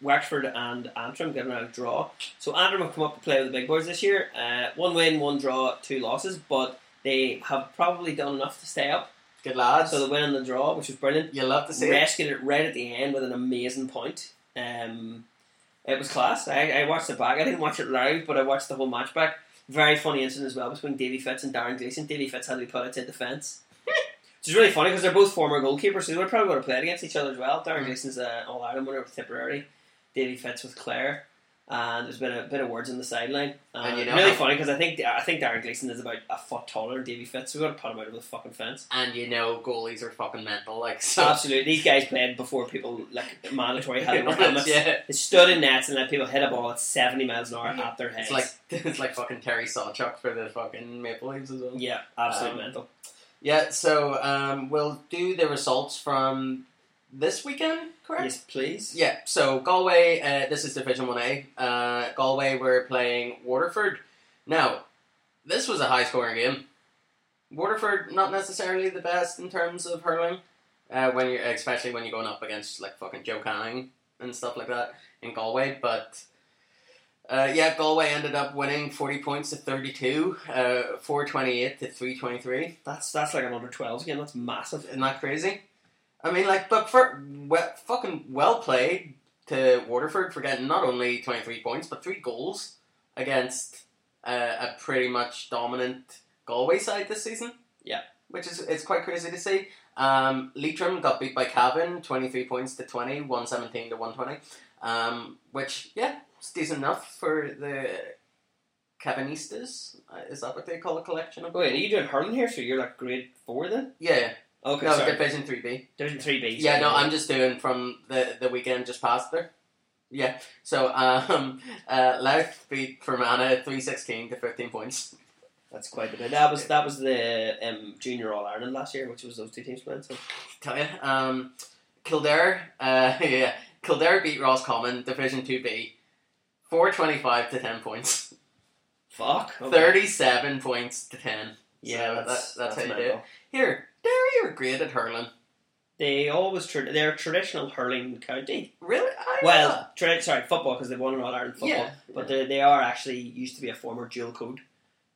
Wexford and Antrim getting out a draw. So Antrim have come up to play with the big boys this year. Uh, one win, one draw, two losses, but they have probably done enough to stay up.
Good lads.
So the win and the draw, which was brilliant,
you love to see it.
rescued it right at the end with an amazing point. Um, it was class. I, I watched it back. I didn't watch it live, but I watched the whole match back. Very funny incident as well between Davy Fitz and Darren Gleeson. Davy Fitz had to be put outside the fence. Which is really funny because they're both former goalkeepers, so they would probably would have played against each other as well. Darren
Mm.
Gleeson's an All Ireland winner with Tipperary. Davy Fitz with Clare. And there's been a bit of words on the sideline. And,
And you know
really
how-
funny because I think I think Darren Gleeson is about a foot taller than Davy Fitz, so we've got to put him out of the fucking fence.
And you know, goalies are fucking mental. Like so.
Absolutely, these guys played before people like mandatory had their helmets.
yeah.
They stood in nets and let people hit a ball at seventy miles an hour at their heads.
Mm-hmm. It's like it's like fucking Terry Sawchuk for the fucking Maple Leafs as well.
yeah, absolute
Um,
mental.
Yeah, so um, we'll do the results from this weekend, correct?
Yes, please.
Yeah, so Galway, uh, this is Division 1A. Uh, Galway were playing Waterford. Now, this was a high scoring game. Waterford, not necessarily the best in terms of hurling, uh, when you're, especially when you're going up against like fucking Joe Canning and stuff like that in Galway, but. Uh, yeah, Galway ended up winning 40 points to 32, uh, 428 to 323.
That's that's like an under 12s game. That's massive.
Isn't that crazy? I mean, like, but for well, fucking well played to Waterford for getting not only twenty three points but three goals against uh, a pretty much dominant Galway side this season.
Yeah.
which is it's quite crazy to see. Um, Leitrim got beat by Cavan twenty three points to 20, 117 to one twenty. Um, which yeah, it's decent enough for the Cavanistas. Uh, Is that what they call a collection of?
Wait, are you doing hurling here? So you're like grade four then?
Yeah,
Okay,
no,
sorry.
Division Three B.
Division three B.
Yeah, no, I'm just doing from the, the weekend just past there. Yeah, so um, uh, Louth beat Fermanagh three sixteen to fifteen points.
That's quite the bit. That was that was the um, junior All Ireland last year, which was those two teams playing. So
Tell you, um, Kildare, uh, yeah, Kildare beat Roscommon Division Two B, four twenty five to ten points,
fuck. okay.
thirty seven points to ten.
Yeah,
So
that's,
that- that's how you do it.
mental.
Here, Derry are great at hurling.
They always tra- they're a traditional hurling county.
Really? I don't know.
Well, tra- sorry, football because they won an All Ireland football,
Yeah.
but they they are actually used to be a former dual code.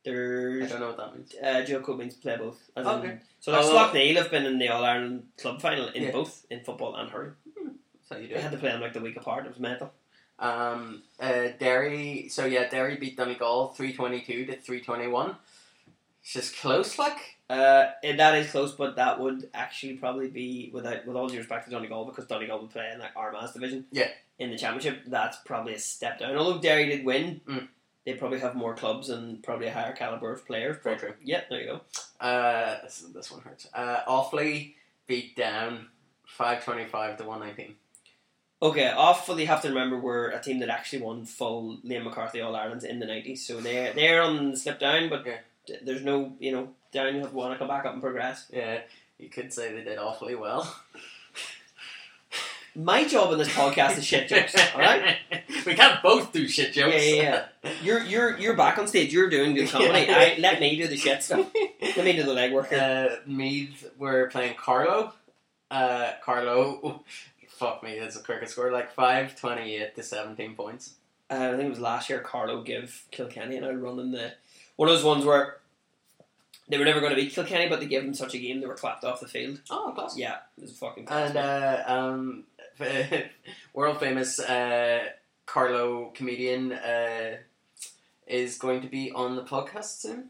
I
There's
don't know what that means.
uh, dual code means play both. As in-
Okay.
so like
Oh.
Slough Neil have been in the All Ireland club final in
Yeah.
both in football and hurling.
That's how you do
They had
it.
to play them like the week apart. It was mental.
Um, uh, Derry. So yeah, Derry beat Donegal three twenty two to three twenty one. It's just close, like.
Uh, and that is close, but that would actually probably be without with all due respect to Donegal because Donegal would play in like Armagh's division.
Yeah.
In the championship, that's probably a step down. Although Derry did win,
Mm.
they probably have more clubs and probably a higher caliber of players.
Very true.
Yeah, there you go.
Uh, this, this one hurts. Uh, Offaly beat down five twenty five to one nineteen.
Okay, awfully have to remember we're a team that actually won full Liam McCarthy All Irelands in the nineties, so they are they're on the slip down, but
Yeah.
th- there's no you know down you have one to come back up and progress.
Yeah, you could say they did awfully well.
My job in this podcast is shit jokes. All right,
we can't both do shit jokes.
Yeah, yeah, you're you're you're back on stage. You're doing the comedy.
Yeah.
I, let me do the shit stuff. Let me do the legwork. here.
uh, Meath were playing Carlo. Uh, Carlo, fuck me, that's a cricket score like five twenty-eight to 17 points.
Uh, I think it was last year. Carlo gave Kilkenny and I running the one of those ones where they were never going to beat Kilkenny, but they gave them such a game they were clapped off the field.
Oh, class.
Yeah, it was fucking. class,
And
man.
uh, um, world famous uh, Carlo comedian uh, is going to be on the podcast soon.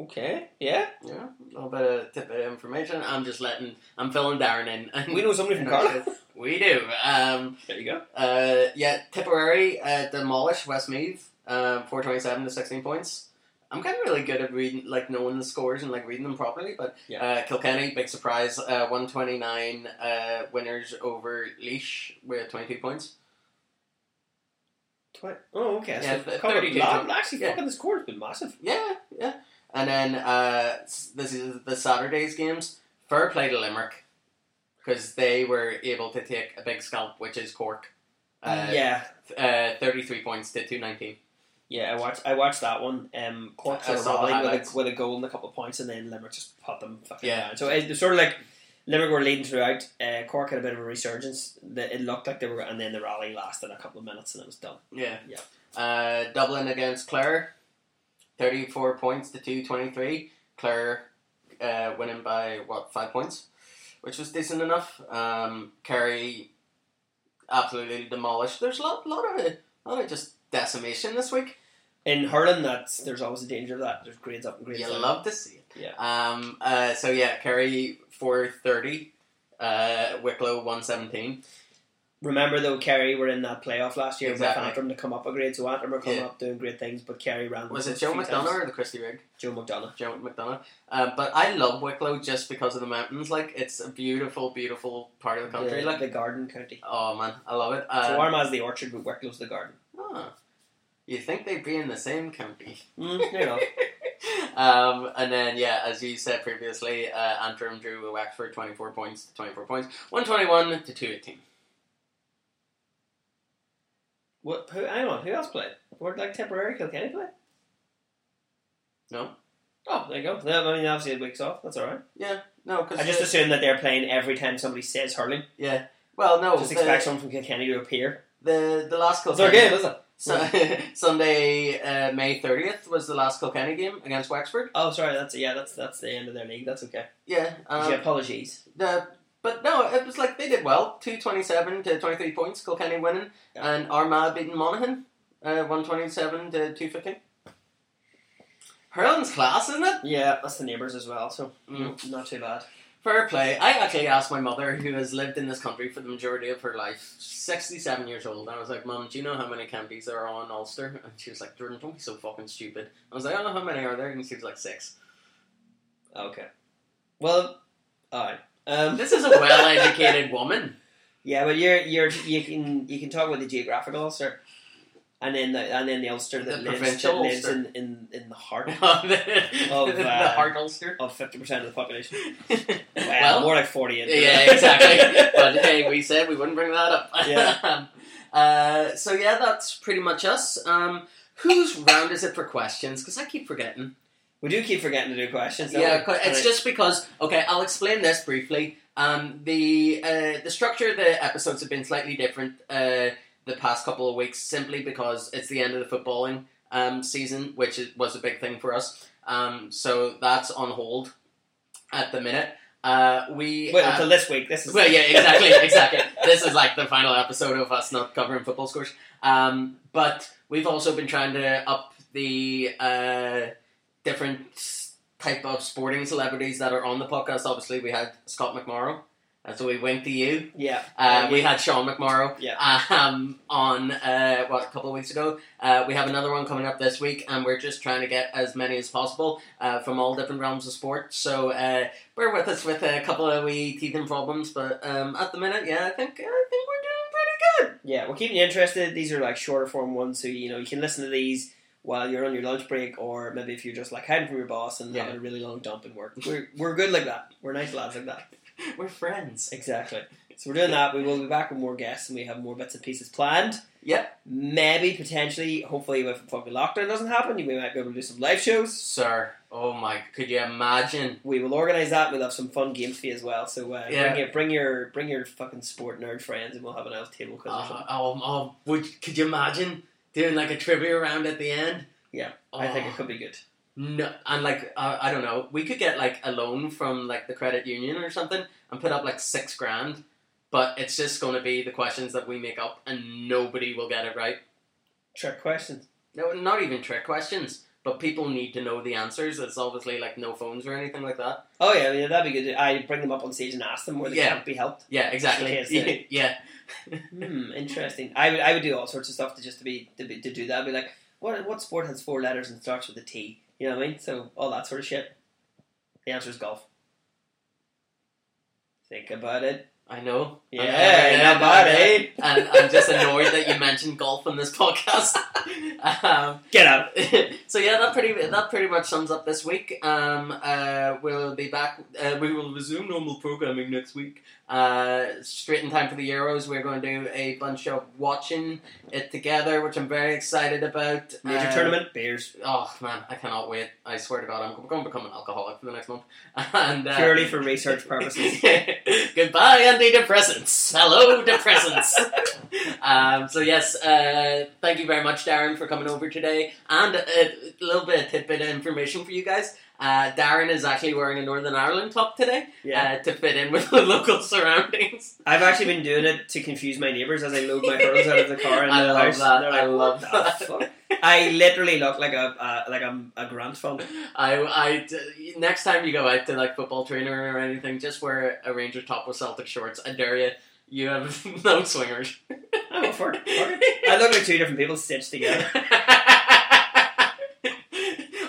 okay, yeah.
Yeah, a little bit of tip of information. I'm just letting, I'm filling Darren in.
We know somebody from Carlo.
We do. Um,
There you go.
Uh, yeah, Tipperary uh, demolished Westmeath, um, four twenty-seven to sixteen points. I'm kind of really good at reading, like knowing the scores and like reading them properly. But
Yeah.
uh, Kilkenny, big surprise, uh, one twenty-nine uh, winners over Leash with twenty-two points.
Twi- oh, okay.
Yeah,
so
th-
cover
32
lot-
jump.
actually,
Yeah.
fucking the score has been massive.
Yeah, yeah. And then uh, s- this is the Saturday's games. Fair play to Limerick because they were able to take a big scalp, which is Cork. Uh,
yeah,
th- uh, thirty-three points to two nineteen.
yeah. I watched. I watched that one. Um, Cork
I
were
saw the
rolling with
highlights.
a, with a goal and a couple of points, and then Limerick just put them fucking
Yeah.
down. So it, was sort of like Limerick were leading throughout. Uh, Cork had a bit of a resurgence. The, it looked like they were, and then the rally lasted a couple of minutes, and it was done.
Yeah.
Yeah.
Uh, Dublin against Clare, 34 points to 223. Clare uh, winning by, what, five points? Which was decent enough. Um, Kerry absolutely demolished. There's a lot, lot of it, lot of just decimation this week.
In hurling, that's there's always a danger of that. There's grades up and grades
You
down.
love to see it.
Yeah.
Um, uh, so, yeah, Kerry 430, uh, Wicklow 117.
Remember though, Kerry were in that playoff last year
Exactly.
with Antrim to come up a grade, so Antrim were coming
Yeah.
up doing great things, but Kerry ran.
Was
them
it
a
Joe
few times.
McDonough or the Christie Rig?
Joe McDonough.
Joe McDonough. Um, but I love Wicklow just because of the mountains. Like it's a beautiful, beautiful part of the country.
the,
like
the Garden County.
oh man, I love it.
so
Uh,
Armagh's the orchard, but Wicklow's the garden.
huh. You think they'd be in the same county?
Mm, you know.
um, and then yeah, as you said previously, uh, Antrim drew with Wexford twenty four points to twenty four points, one twenty one to two eighteen.
what? Who? Hang on. Who else played? Where like Tipperary Kilkenny play?
No.
Oh, there you go. No, I mean, obviously it weeks off. That's all right.
No, because
I just assume that they're playing every time somebody says hurling.
yeah. Well, no,
just
the,
expect someone from Kilkenny to appear.
the the last
It's their
Kilkenny
game, is it?
Su- Sunday, uh, May thirtieth was the last Kilkenny game against Wexford.
Oh, sorry. That's yeah. That's that's the end of their league. That's okay.
Yeah, um,
Yeah, apologies.
The but no, it was like they did well. Two twenty seven to twenty three points, Kilkenny winning,
Yeah.
and Armagh beating Monaghan, uh, one twenty seven to two fifteen. Hurling's class, isn't it?
Yeah, that's the neighbours as well. So
Mm.
not too bad.
Fair play. I actually asked my mother, who has lived in this country for the majority of her life, sixty seven years old. I was like, "Mum, do you know how many counties there are on Ulster?" And she was like, "Jordan, don't be so fucking stupid." I was like, "I don't know how many are there," and she was like, six.
Okay. Well, all right. Um,
This is a well educated woman.
Yeah, but you're you're you can you can talk about the geographical Ulster, and then the, and then the Ulster that
The
lives that
provincial
lives
Ulster.
in, in, in the heart
oh, the,
uh,
heart Ulster.
of fifty percent of the population. Well,
well,
more like forty. in-
Yeah, exactly. but hey, we said we wouldn't bring that up.
Yeah.
uh, so yeah, that's pretty much us. Um, whose round is it for questions? Because I keep forgetting.
we do keep forgetting to do questions. don't
yeah,
we?
'cause- it's
And
just because. Okay, I'll explain this briefly. Um, the uh, the structure of the episodes have been slightly different uh, the past couple of weeks, simply because it's the end of the footballing um, season, which is, was a big thing for us. Um, so that's on hold at the minute. Uh, we
Wait
uh,
until this week. This is
well, yeah, exactly, exactly. this is like the final episode of us not covering football scores. Um, but we've also been trying to up the uh, different type of sporting celebrities that are on the podcast. Obviously, we had Scott McMorrow, and so we winked to you.
yeah.
Uh, we had Sean McMorrow
Yeah.
um, on uh, what a couple of weeks ago. Uh, we have another one coming up this week, and we're just trying to get as many as possible uh, from all different realms of sport. So uh, bear with us with a couple of wee teething problems, but um, at the minute, yeah, I think I think we're doing pretty good.
Yeah, we're keeping you interested. These are like shorter form ones, so you know you can listen to these while you're on your lunch break, or maybe if you're just like hiding from your boss and
Yeah.
having a really long dump in work. We're, we're good like that. We're nice lads like that.
We're friends.
Exactly. So we're doing that. We will be back with more guests, and we have more bits and pieces planned.
Yep.
Maybe potentially, hopefully, if fucking lockdown doesn't happen, we might be able to do some live shows.
Sir, oh my, could you imagine?
We will organise that. We'll have some fun games for you as well. So uh,
Yeah.
bring, your, bring your bring your fucking sport nerd friends, and we'll have an elf table quiz or
Oh,
something.
oh, oh, would could you imagine doing like a trivia round at the end?
Yeah, I think
Oh.
it could be good.
No, and like uh, I don't know, we could get like a loan from like the credit union or something and put up like six grand, but it's just going to be the questions that we make up and nobody will get it right.
Trick questions.
No, not even trick questions, but people need to know the answers. It's obviously like no phones or anything like that.
Oh yeah, yeah, that'd be good. I bring them up on stage and ask them where they
Yeah.
can't be helped.
Yeah, exactly.
Yes, they-
yeah,
Hmm, interesting. I would I would do all sorts of stuff to just to be to, be, to do that. I'd be like, what what sport has four letters and starts with a T? You know what I mean? So all that sort of shit. The answer is golf. Think about it.
I know.
Yeah,
I'm- I'm-
not bad, eh?
And I'm just annoyed that you mentioned golf in this podcast. um,
Get out.
so yeah, that pretty that pretty much sums up this week. Um, uh, we'll be back. Uh, we will resume normal programming next week. Uh, straight in time for the Euros, we're going to do a bunch of watching it together, which I'm very excited about.
Major
Uh,
tournament beers
Oh man, I cannot wait! I swear to God, I'm going to become an alcoholic for the next month. And uh,
purely for research purposes.
Goodbye, antidepressants. Hello, depressants. um, so yes, uh, thank you very much, Darren, for coming over today. And a, a little bit of tidbit of information for you guys. Uh, Darren is actually wearing a Northern Ireland top today
Yeah,
uh, to fit in with the local surroundings.
I've actually been doing it to confuse my neighbours as I load my hurdles out of the car. And
I
the
love
house.
that.
They're
I
like,
love
"What the
that."
fuck?" I literally look like a uh, like a, a grandson.
I, I d- next time you go out to like football trainer or anything, just wear a Ranger top with Celtic shorts. I dare you. You have no swingers.
I'm up for it. Fuck it. I look like two different people stitched together.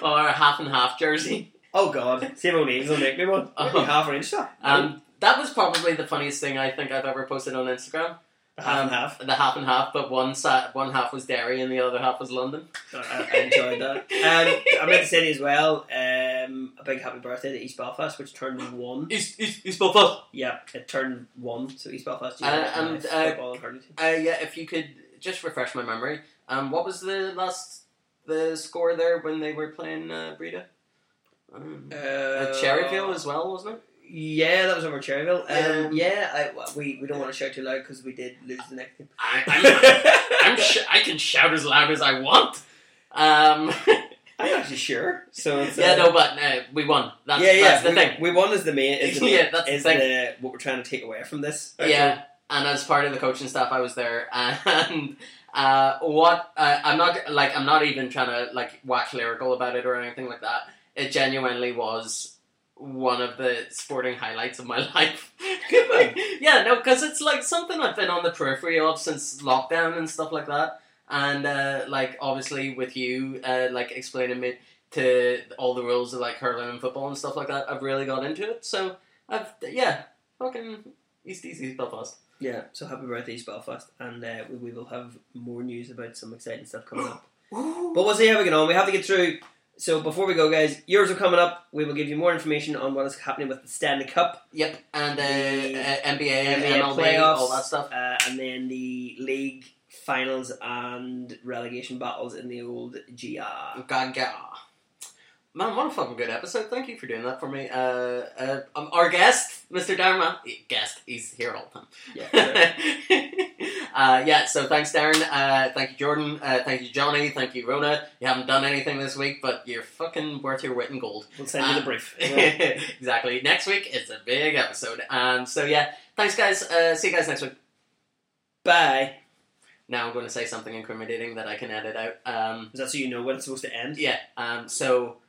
or a half and half jersey.
Oh God, Save O'Neill's will make me one.
Oh.
Half an inch, though.
Um, that was probably the funniest thing I think I've ever posted on Instagram.
half
um,
and half.
The half and half, but one sa- one half was Derry and the other half was London.
I, I enjoyed that. Um, I meant to say as well. Um, a big happy birthday to East Belfast, which turned one.
East East East Belfast.
Yeah, it turned one. So East Belfast, you
Uh,
know,
and,
nice
uh,
football and hurling team.
Uh, yeah, if you could just refresh my memory. Um, what was the last the score there when they were playing uh, Breda? Um, uh, Cherryville as well, wasn't it?
Yeah, that was over Cherryville. Um,
Um,
yeah, I, well, we we don't want to shout too loud because we did lose the next game.
I, I can shout as loud as I want. Um,
I'm not actually sure. So it's,
yeah,
uh,
no, but uh, we won. That's,
yeah, yeah.
that's the
we,
thing.
we won is the main. Is the main
Yeah, that's the
is
thing.
the- what we're trying to take away from this.
Yeah, and as part of the coaching staff, I was there, and uh, what uh, I'm not like I'm not even trying to like wax lyrical about it or anything like that. It genuinely was one of the sporting highlights of my life.
Good man.
yeah, no, because it's like something I've been on the periphery of since lockdown and stuff like that. And uh, like obviously with you, uh, like explaining me to all the rules of like hurling and football and stuff like that, I've really got into it. So I've yeah, fucking East East East Belfast.
Yeah, so happy birthday, East Belfast, and uh, we, we will have more news about some exciting stuff coming up. But we'll see how we get on. We have to get through. So before we go, guys, yours are coming up. We will give you more information on what is happening with the Stanley Cup,
Yep, and uh,
The
uh, NBA,
NBA
MLB,
playoffs,
all that stuff.
uh, and then the league finals and relegation battles in the old GR.
Gaga. ah. Man, what a fucking good episode. Thank you for doing that for me. Uh, uh, um, our guest, Mr. Dharma. Guest, he's here all the time.
Yeah, sure.
uh, Uh, yeah, so thanks, Darren. Uh, thank you, Jordan. Uh, thank you, Johnny. Thank you, Rona. You haven't done anything this week, but you're fucking worth your wit and gold.
We'll send you the brief. Yeah.
exactly. Next week, it's a big episode. And so, yeah, thanks, guys. Uh, see you guys next week.
Bye.
Now I'm going to say something incriminating that I can edit out. Um,
Is that so you know when it's supposed to end?
yeah, um, so